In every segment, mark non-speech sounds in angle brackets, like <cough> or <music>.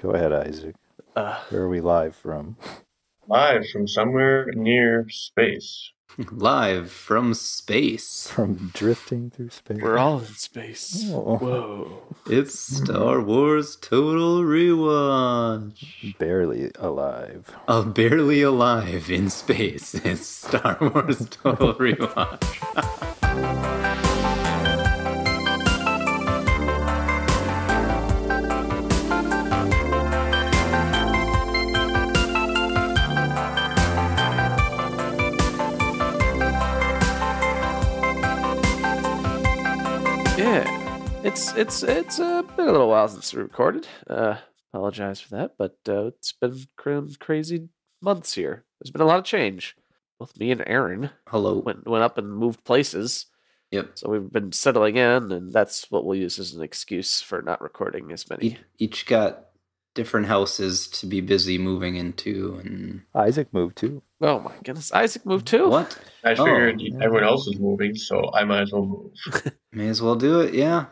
Go ahead, Isaac. Uh, Where are we live from? <laughs> Live from somewhere near space. Live from space. From drifting through space. we're all in space. Oh. Whoa. It's Star Wars Total Rewatch. barely alive. A barely alive in space. It's Star Wars Total Rewatch. Yeah. It's it's it's uh, been a little while since we recorded. Uh, apologize for that, but uh, it's been cr- crazy months here. There's been a lot of change. Both me and Aaron Hello. went went up and moved places, Yep. so we've been settling in, and that's what we'll use as an excuse for not recording as E- many. each got different houses to be busy moving into and Isaac moved too. Oh my goodness, Isaac moved too. what? I Oh, figured yeah. everyone else is moving, so I might as well move. May as well do it. Yeah.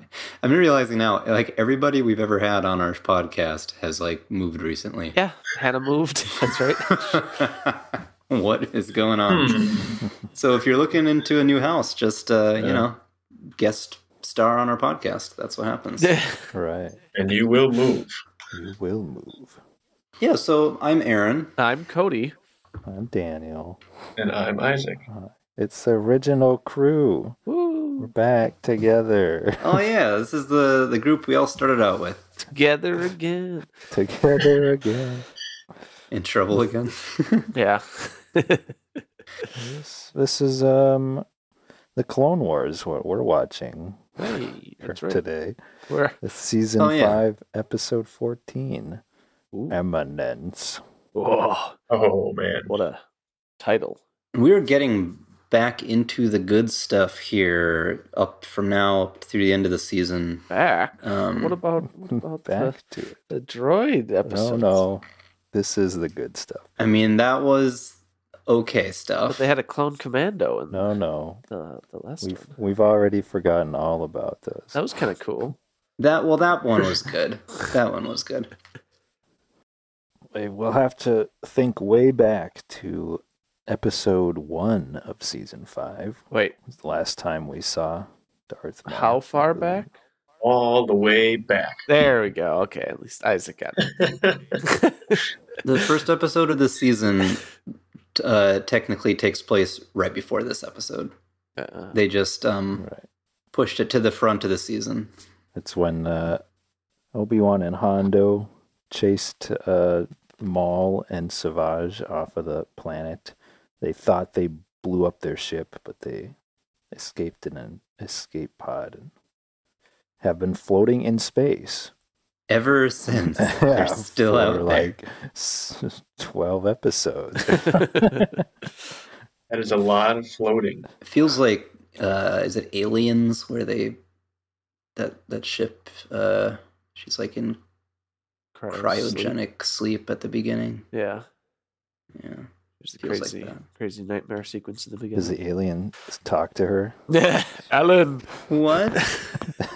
I'm realizing now, like everybody we've ever had on our podcast has like moved recently. Yeah, Hannah moved. That's right. <laughs> what is going on? Hmm. So if you're looking into a new house, just uh, you Yeah. know, guest star on our podcast. That's what <laughs> happens. Yeah. Right. <laughs> And you will move. You will move. yeah. So I'm Aaron. I'm Cody. I'm Daniel. And I'm Isaac. It's the original crew. We're Woo! back together. <laughs> <laughs> Oh yeah, this is the the group we all started out with. Together again. together again. In trouble again. <laughs> Yeah. This, this is um the Clone Wars what we're watching Hey, for that's right. today. We're It's season Oh, yeah. five, episode fourteen. Ooh. Eminence. Whoa, Oh, man. what a title. We're getting back into the good stuff here up from now up through the end of the season. Back. Um, what about what about the, Back to it. the droid No, episode? no. This is the good stuff. I mean, that was okay But stuff. they had a clone commando in No, no. the the last We've one. we've already forgotten all about this. That was kind of cool. that well, that one was good. that one was good. We- We'll have to think way back to episode one of season five. Wait, was the last time we saw Darth. Maul. how far back? All the <laughs> way back. There we go. Okay, at least Isaac got <laughs> it. The first episode of the season t- uh, technically takes place right before this episode. Uh, <laughs> They just um, Right. pushed it to the front of the season. It's when uh, Obi Wan and Hondo chased uh, Maul and Savage off of the planet. They thought they blew up their ship, but they escaped in an escape pod and have been floating in space. Ever <laughs> since, Yeah, they're still for out there. like s- 12 <laughs> episodes. That is a lot of floating. It feels like uh, is it Aliens where they that that ship? Uh, she's like in cryo sleep. cryogenic sleep at the beginning. Yeah, Yeah, there's the Feels like crazy, that. crazy nightmare sequence in the Does beginning. the alien talk to her? <laughs> <laughs> Yeah, Alan. what?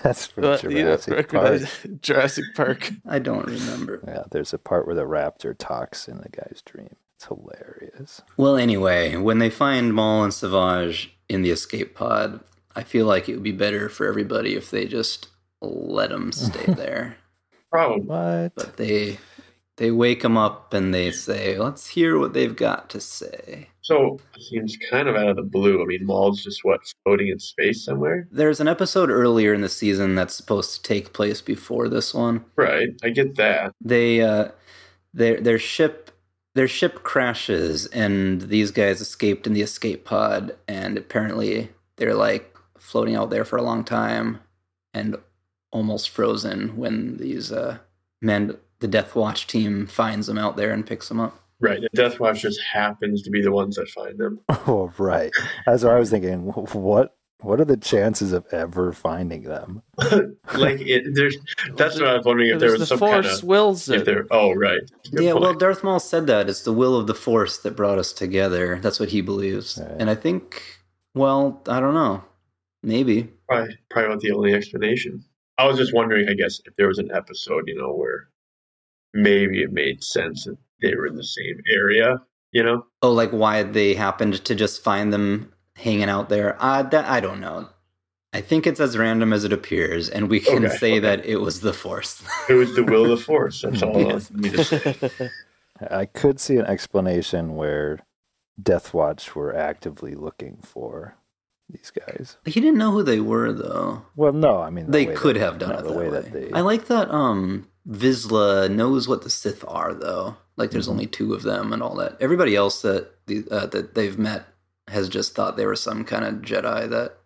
That's from Uh, you don't Jurassic Park. recognize Jurassic Park. I don't remember. Yeah, there's a part where the raptor talks in the guy's dream. It's hilarious. Well, anyway, when they find Maul and Savage in the escape pod, I feel like it would be better for everybody if they just let them stay there. Probably. What? But they they wake them up and they say, "Let's hear what they've got to say." So, it seems kind of out of the blue. I mean, Maul's just, what, floating in space somewhere? There's an episode earlier in the season that's supposed to take place before this one. Right. I get that. They uh, their their ship their ship crashes and these guys escaped in the escape pod and apparently they're like floating out there for a long time and almost frozen when these uh men the Death Watch team finds them out there and picks them up. Right. The Death Watch just happens to be the ones that find them. <laughs> Oh, right. That's what I was thinking. What? What are the chances of ever finding them? Like, it, there's, that's what I was wondering if there There's was the some kind Force of. wills If it. there, oh, right. Good yeah, point. well, Darth Maul said that it's the will of the Force that brought us together. That's what he believes, Right. and I think, well, I don't know, maybe. Probably, probably about the only explanation. I was just wondering, I guess, if there was an episode, you know, where maybe it made sense that they were in the same area. You know, Oh, like why they happened to just find them hanging out there? Uh, that I don't know. I think it's as random as it appears, and we can Okay, say that it was the force. <laughs> it was the will of the force. That's all. I Yes. need to say. <laughs> I could see an explanation where Death Watch were actively looking for these guys. he didn't know who they were, though. Well, no, I mean the they way could that- have done no, it the that way way. that they. I like that. Um, Vizsla knows what the Sith are, though. Like, there's Mhm. only two of them, and all that. Everybody else that the uh, that they've met has just thought they were some kind of Jedi that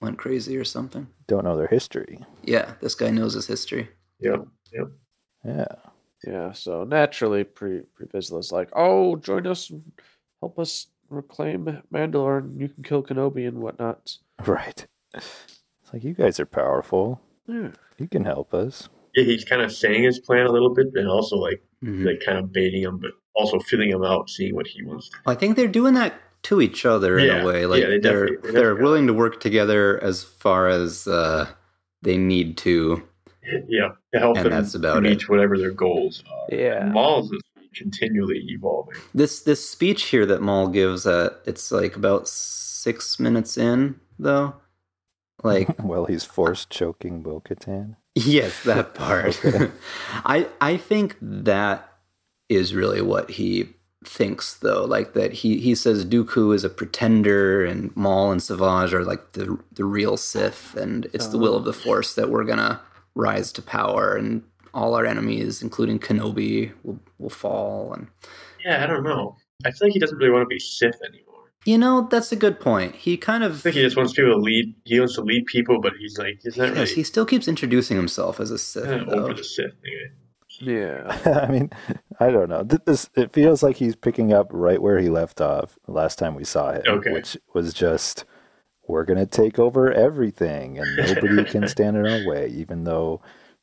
went crazy or something. don't know their history. Yeah, this guy knows his history. Yeah. Yeah, <laughs> Yeah, so naturally, Pre Previsla's like, "Oh, join us, and help us reclaim Mandalore, and you can kill Kenobi and whatnot." right. It's like you guys are powerful. Yeah. You can help us. yeah, he's kind of saying his plan a little bit, and also like Mm-hmm. Mhm. like kind of baiting him, but also filling him out, seeing what he wants. I think they're doing that to each other in Yeah, a way. Like yeah, they they're definitely- they they're definitely willing to work together as far as uh, they need to. To, yeah, to help And them that's about reach it. whatever their goals are. Yeah. Maul's is continually evolving. This this speech here that Maul gives at it's like about six minutes in though. Like well, he's forced choking Bo-Katan. yes, that part. Okay. <laughs> I I think that is really what he thinks though. Like that he he says Dooku is a pretender and Maul and Savage are like the the real Sith and it's the will of the Force that we're gonna rise to power and all our enemies, including Kenobi, will will fall and Yeah, I don't know. I feel like he doesn't really want to be Sith anymore. you know, that's a good point. He kind I of think he just wants people to lead. He wants to lead people, but he's like he's not Yes, he really still keeps introducing himself as a Sith. kind of though. over the Sith thing. <laughs> Yeah. <laughs> I mean, I don't know. Th- This it feels like he's picking up right where he left off last time we saw him, Okay. which was just we're gonna take over everything, and nobody can stand in our way, even though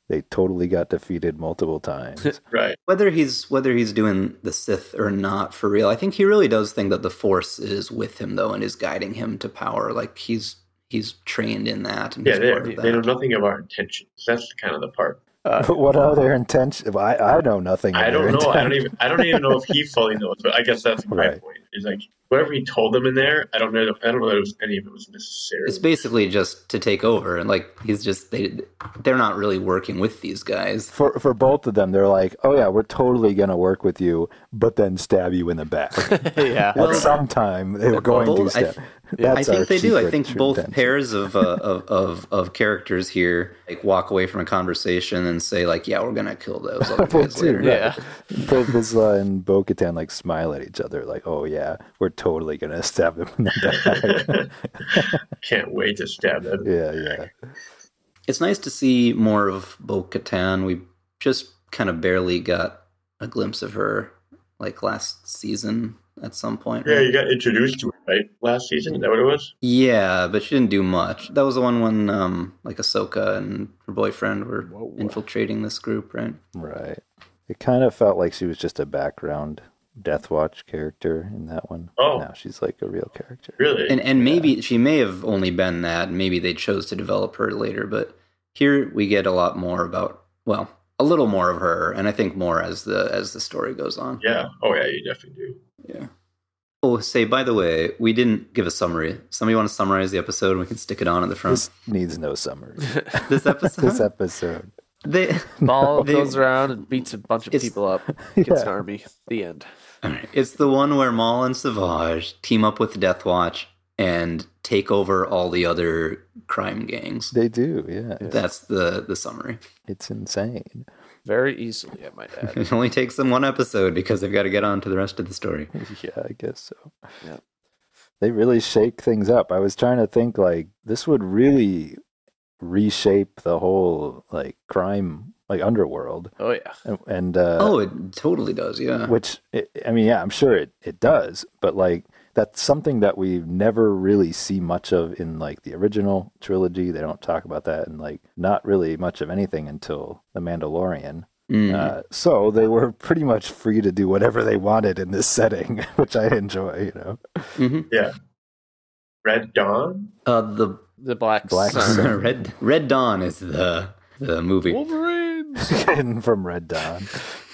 they totally got defeated multiple <laughs> times. Right. Whether he's whether he's doing the Sith or not for real, I think he really does think that the Force is with him though and is guiding him to power. Like he's he's trained in that. And Yeah, he's they part of they know that. nothing of our intentions. That's kind of the part. Uh, But what are their intentions? I, I know nothing. of I don't their know. I intent- don't even. I don't even know if <laughs> he fully knows. But I guess that's my Right. point. Is like whatever he told them in there. I don't know. I don't know that it was any of it was necessary. It's basically just to take over, and like he's just they they're not really working with these guys. For for both of them, they're like, oh yeah, we're totally gonna work with you, but then stab you in the <laughs> back. <laughs> yeah. At some time, they were going both- to I th- stab. yeah, I That's our think they do. I secret think true both intention. pairs <laughs> of, uh, of of of characters here like walk away from a conversation and say like, "Yeah, we're gonna kill those other <laughs> Well, guys dude, later." right. Yeah. <laughs> Both Vizsla and Bo Katan like smile at each other, like, "Oh yeah, we're totally gonna <laughs> stab him in the Can't wait to stab back." them. yeah, yeah. It's nice to see more of Bo Katan. We just kind of barely got a glimpse of her like last season at some point. Yeah, right? you got introduced to it right last season. Is that what it was? Yeah, but she didn't do much. That was the one when um like Ahsoka and her boyfriend were Whoa. infiltrating this group, right? Right. It kind of felt like she was just a background Death Watch character in that one. Oh. Now she's like a real character. Really? And and maybe she may have only been that, and maybe they chose to develop her later, but here we get a lot more about well, a little more of her, and I think more as the as the story goes on. yeah. Oh yeah, you definitely do. Yeah. Oh, say by the way, we didn't give a summary. Somebody want to summarize the episode, and we can stick it on at the front. This needs no summary. This episode, this <laughs> episode. they, <laughs> Ball They- goes around and beats a bunch of It's- people up, gets an Yeah. army. The end. all right, it's the one where Maul and Savage team up with Death Watch and take over all the other crime gangs. They do, yeah. That's the the summary. It's insane. Very easily, I might <laughs> add. It only takes them one episode because they've got to get on to the rest of the story. Yeah, I guess so. Yeah. They really shake things up. I was trying to think like this would really reshape the whole like crime like underworld Oh yeah. and, and uh oh, it totally does. Yeah. which i I mean yeah, I'm sure it it does, but like that's something that we never really see much of in like the original trilogy. They don't talk about that and like not really much of anything until The Mandalorian. Mm. Uh, so they were pretty much free to do whatever they wanted in this setting, <laughs> which I enjoy, you know. Mhm. Red Dawn. Uh, the <laughs> The black, Black sun. Sun. Red Red Dawn is the the movie. Wolverine. <laughs> Crimson. Hidden <laughs> from Red Dawn.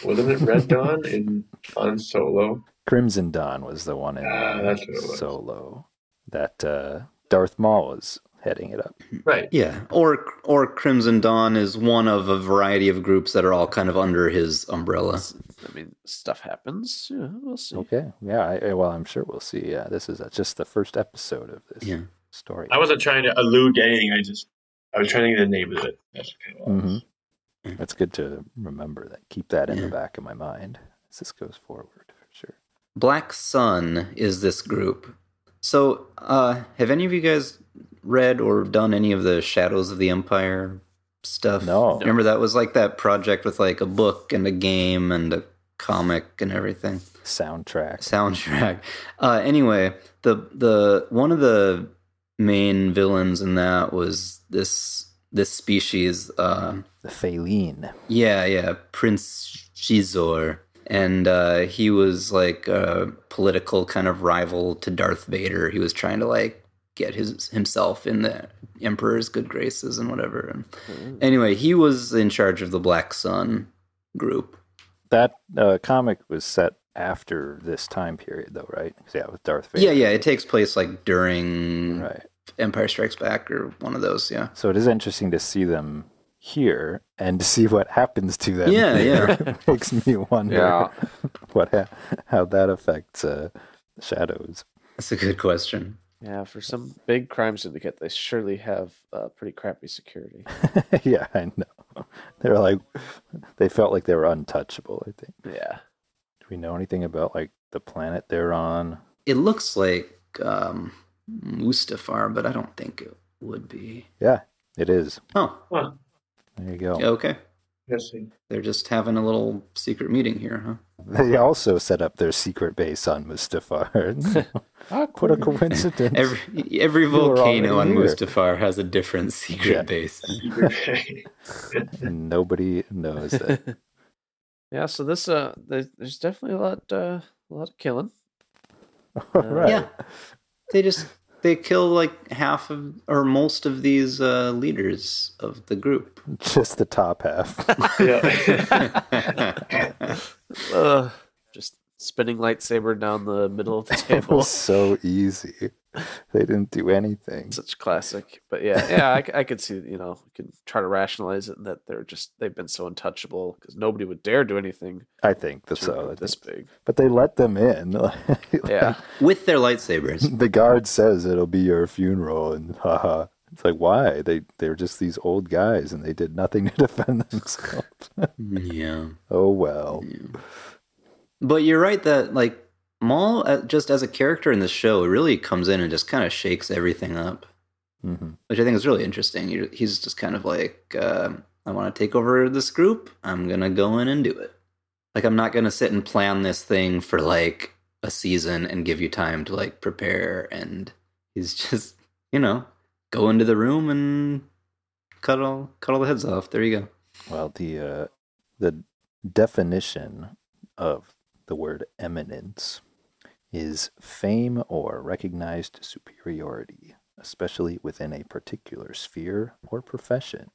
Wasn't it Red <laughs> Dawn in on Solo? Crimson Dawn was the one in Ah, uh, that's what it was. Solo that uh, Darth Maul was heading it up. Right. Yeah, or or Crimson Dawn is one of a variety of groups that are all kind of under his umbrella. I mean, stuff happens. Yeah, we'll see. Okay, yeah. I, I- well, I'm sure we'll see. Yeah, this is uh, just the first episode of this Yeah. story. I wasn't trying to elude anything. I just I was trying to get the name of it. That's kind of Mm-hmm. Mhm. That's good to remember that. Keep that in the Yeah. back of my mind as this goes forward. For sure. Black Sun is this group. So, uh, have any of you guys read or done any of the Shadows of the Empire stuff? No. Remember that was like that project with like a book and a game and a comic and everything Soundtrack. soundtrack. <laughs> Uh, anyway, the the one of the main villains in that was this this species. Uh, The Feline. yeah, yeah, Prince Shizor. And uh, he was like a political kind of rival to Darth Vader. He was trying to like get his himself in the Emperor's good graces and whatever. And Uh, anyway, he was in charge of the Black Sun group. That uh, comic was set after this time period, though, right? 'Cause, Yeah, with Darth Vader. Yeah, yeah. It takes place like during Right. Empire Strikes Back or one of those. Yeah. So it is interesting to see them here and to see what happens to them. Yeah, here. yeah. <laughs> It makes me wonder Yeah. what ha- how that affects uh, shadows. <laughs> That's a good question. Yeah, for some big crime syndicate, they surely have uh, pretty crappy security. yeah, I know. They're like they felt like they were untouchable. I think. Yeah. Do we know anything about like the planet they're on? It looks like um, Mustafar, but I don't think it would be. It is. Oh, huh, There you go. okay. interesting. They're just having a little secret meeting here, huh? <laughs> They also set up their secret base on Mustafar. <laughs> what a coincidence! Every every were volcano on already here. Mustafar has a different secret Yeah. base. And nobody knows it. <laughs> yeah, so this uh, there- there's definitely a lot, uh, a lot of <laughs> killing. Uh, right. Yeah, they just they kill like half of or most of these uh, leaders of the <laughs> group. Just the top half. <laughs> Yeah. <laughs> Ugh. just spinning lightsaber down the <laughs> middle of the It table. was so easy. They didn't do anything. Such classic, but <laughs> yeah, yeah, I, c- I could see you know, you can try to rationalize it that they're just they've been so untouchable because nobody would dare do anything I think to that's so. I this think- big. But they let them in. <laughs> Yeah, With their lightsabers. the guard says it'll be your funeral, and haha. It's like why they they're just these old guys, and they did nothing <laughs> to defend themselves. yeah. oh well. But you're right that like Maul, uh, just as a character in the show, really comes in and just kind of shakes everything up, hmm which I think is really interesting. You're, he's just kind of like, uh, I want to take over this group. I'm gonna go in and do it. Like I'm not gonna sit and plan this thing for like a season and give you time to like prepare. And he's <laughs> just, you know, go into the room and cut all cut all the heads off. There you go. Well, the uh, the definition of the word eminence is fame or recognized superiority, especially within a particular sphere or profession.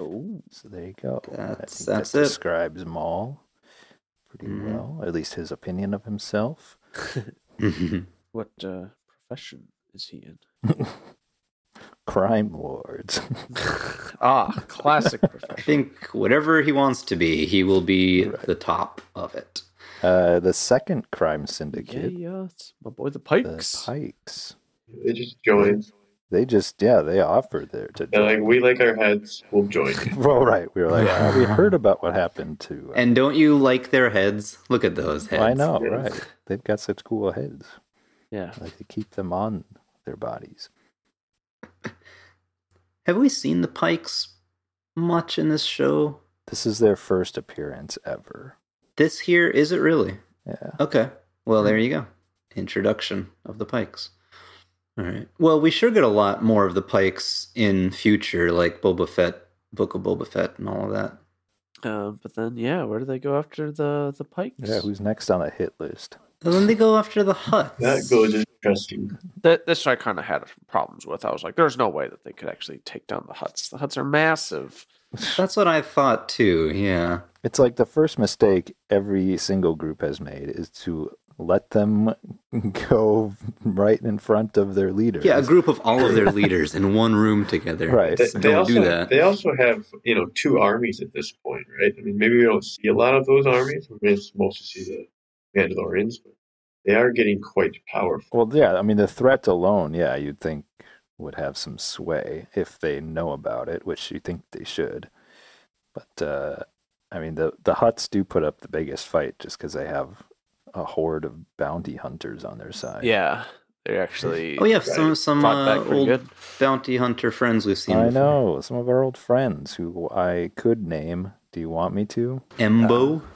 Ooh. So there you go. I That's- think that's that it. describes Maul pretty Mhm. well, at least his opinion of himself. <laughs> what uh, profession is he in? Crime lords. <laughs> ah, classic I profession. think whatever he wants to be, he will be the top of it. uh, the second crime Yeah, syndicate, yeah, it's my boy the the Pikes. Pikes. they just joined. They just, yeah, they offered there to They're join. like, we like our heads. We'll join <laughs> you. Well, right. We were like, "Ah, we heard about what happened to. Uh, And don't you like their heads? Look at those heads. I know, yeah. right? They've got such cool heads. yeah, Like they keep them on their bodies. Have we seen the Pikes much in this show? This is their first appearance ever. This here is it really? Yeah. Okay. Well, there you go. Introduction of the Pikes. All right. Well, we sure get a lot more of the Pikes in future, like Boba Fett, Book of Boba Fett, and all of that. uh, but then yeah, where do they go after the the Pikes? Yeah. Who's next on the hit list? And then they go after the Huts. That goes interesting. that this I kind of had problems with. I was like, there's no way that they could actually take down the huts. The huts are massive. That's what I thought too. Yeah. It's like the first mistake every single group has made is to let them <laughs> go right in front of their leader. Yeah, a group of all of their leaders in one room together. Right. They, So they don't also, do that. They also have, you know, two armies at this point, right? I mean, maybe we don't see a lot of those armies. We may mostly see the Mandalorians, but they are getting quite powerful. Well, yeah, I mean the threat alone, yeah, you'd think would have some sway if they know about it, which you think they should. But uh, I mean the the huts do put up the biggest fight just because they have a horde of bounty hunters on their side. Yeah, they're actually <laughs> Oh yeah, some some fought uh, back pretty old good. bounty hunter friends we've seen. I before. know some of our old friends who I could name. Do you want me to? Embo. <laughs>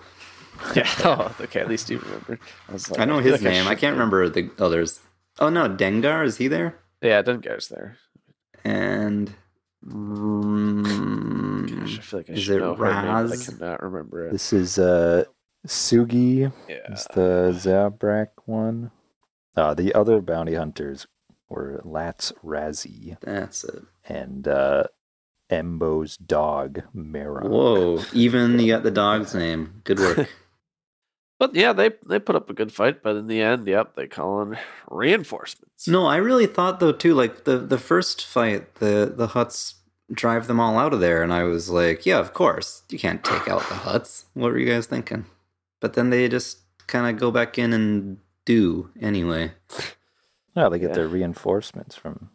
Yeah. Oh, okay. At least you remembered. Uh, I, was like, I know feel his like name. I, should can't know. remember the others. Oh no, Dengar is he there? Yeah, Dengar's there. And mm, Gosh, I feel like I Hmm. Is should it know her name, but I Raz? cannot remember it. This is uh, Sugi. yeah. It's Uh, the Zabrak one. Uh, the other bounty hunters were Lats Razzie. that's it. and uh Embo's dog Mera. Whoa! Even you got the dog's name. Good work. But yeah, they they put up a good fight, but in the end, yep, they call in reinforcements. No, I really thought though too. Like the the first fight, the the huts drive them all out of there, and I was like, yeah, of course, you can't take out the huts. What were you guys thinking? But then they just kind of go back in and do anyway. Yeah, they get Yeah. their reinforcements from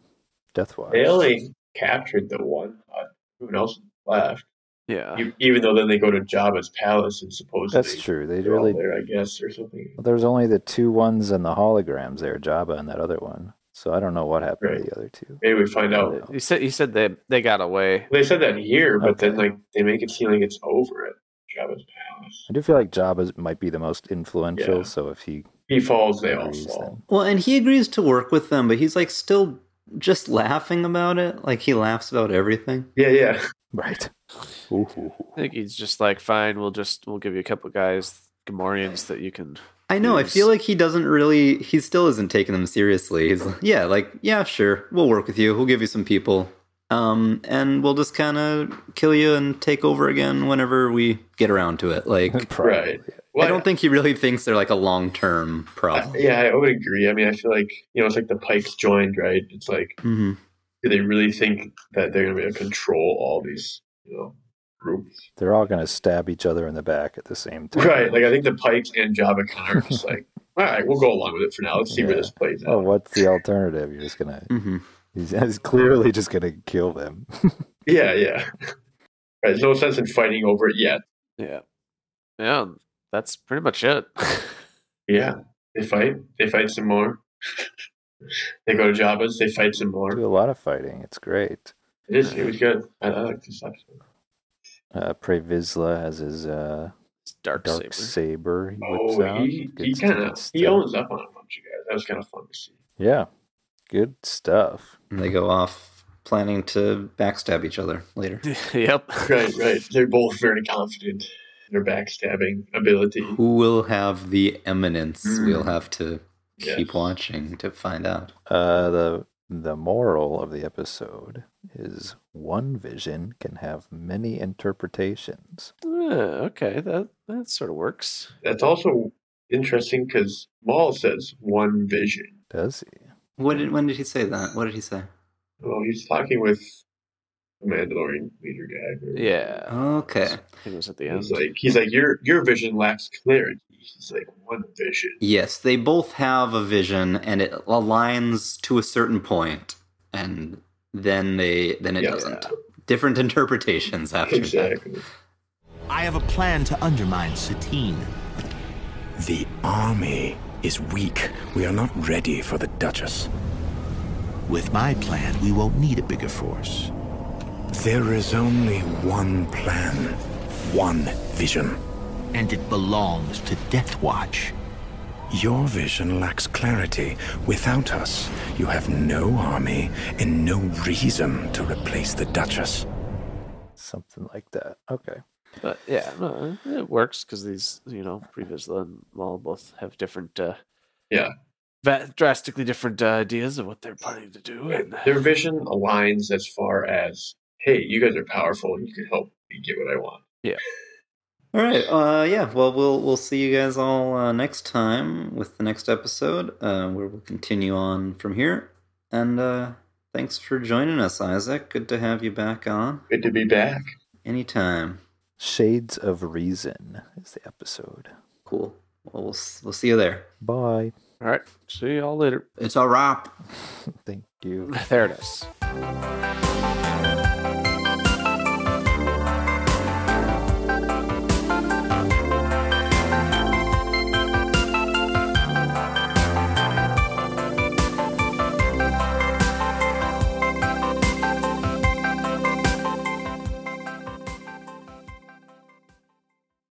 Deathwatch. They only captured the one. Uh, who else left? Yeah. E- Even though then they go to Jabba's palace and supposedly That's true. They they're all really there, I guess, or something. well, there's only the two ones and the holograms there, Jabba and that other one. So I don't know what happened to Right. the other two. Maybe we find out. You said you said they they got away. They said that here, but then Okay. like they make it seem like it's over at Jabba's palace. I do feel like Jabba might be the most influential, Yeah. so if he He falls, they all agrees, fall. then- <laughs> Well, and he agrees to work with them, but he's like still just laughing about it. Like he laughs about everything. Yeah, yeah. <laughs> Right. Ooh. I think he's just like, fine, we'll just we'll give you a couple guys, Gamorreans that you can. I know. I Yes. feel like he doesn't really. He still isn't taking them seriously. He's like, yeah, like yeah, sure, we'll work with you. We'll give you some people, um, and we'll just kind of kill you and take over again whenever we get around to <laughs> it. <laughs> Like, Probably. Well, I don't think he really thinks they're like a long term I- problem. yeah, I would agree. I mean, I feel like you know, it's like the Pikes joined, right? It's like, hmm do they really think that they're going to be able to control all these, you know, groups? <laughs> They're all gonna stab each other in the back at the same time. Right. Like, I think the Pikes and Jabba Khan are just like, all right, we'll go along with it for now. Let's see where Yeah. this plays Oh, out. what's the alternative? You're just gonna hmm he's, he's clearly just gonna kill them. Yeah, yeah. <laughs> Right, there's no sense in fighting over it yet. Yeah. Yeah. That's pretty much it. Yeah, they fight. They fight some more. <laughs> they go to Jabba's. They fight some more. do a lot of fighting. It's great. It is. It was good. I, I like this episode. Uh, Previsla has his uh, It's <laughs> dark, dark saber. saber. He whips Oh, out. he, Good he kind of stuff. he owns up on a bunch of guys. That was kind of fun to see. Yeah, good stuff. They go off planning to backstab each other later. <laughs> yep. Right, right. They're both very confident in their backstabbing ability. Who will have the eminence? Mm. We'll have to Yes. keep watching to find out. Uh, the the moral of the episode is one vision can have many interpretations. Yeah, Eh, okay. That that sort of works. That's also interesting because Maul says one vision. Does he? What did, when did he say that? What did he say? Well, he's talking with the Mandalorian leader guy. or- Yeah. Okay. I think it was at the end. He's like, he's like, your your vision lacks clarity. He's like, one vision. Yes, they both have a vision and it aligns to a certain point and then they then it Yeah. doesn't. Different <laughs> interpretations after that. Exactly. I have a plan to undermine Satine. The army is weak. We are not ready for the Duchess. With my plan, we won't need a bigger force. There is only one plan, one vision. And it belongs to Death Watch. Your vision lacks clarity. Without us, you have no army and no reason to replace the Duchess. Something like that. Okay. But yeah, no, it works because these, you know, Previsla and Maul both have different, uh, Yeah. va- drastically different uh, ideas of what they're planning to do. And Their vision aligns as far as, hey, you guys are powerful and you can help and get what I want. All right. Uh, yeah. Well, we'll we'll see you guys all uh, next time with the next episode, uh, where we'll continue on from here. And uh, thanks for joining us, Isaac. Good to have you back on. Good to be back. Anytime. Shades of Reason is the episode. Cool. Well, we'll s- we'll see you there. Bye. <laughs> All right. See <laughs> y'all later. It's a wrap. Thank you. There it is. Thank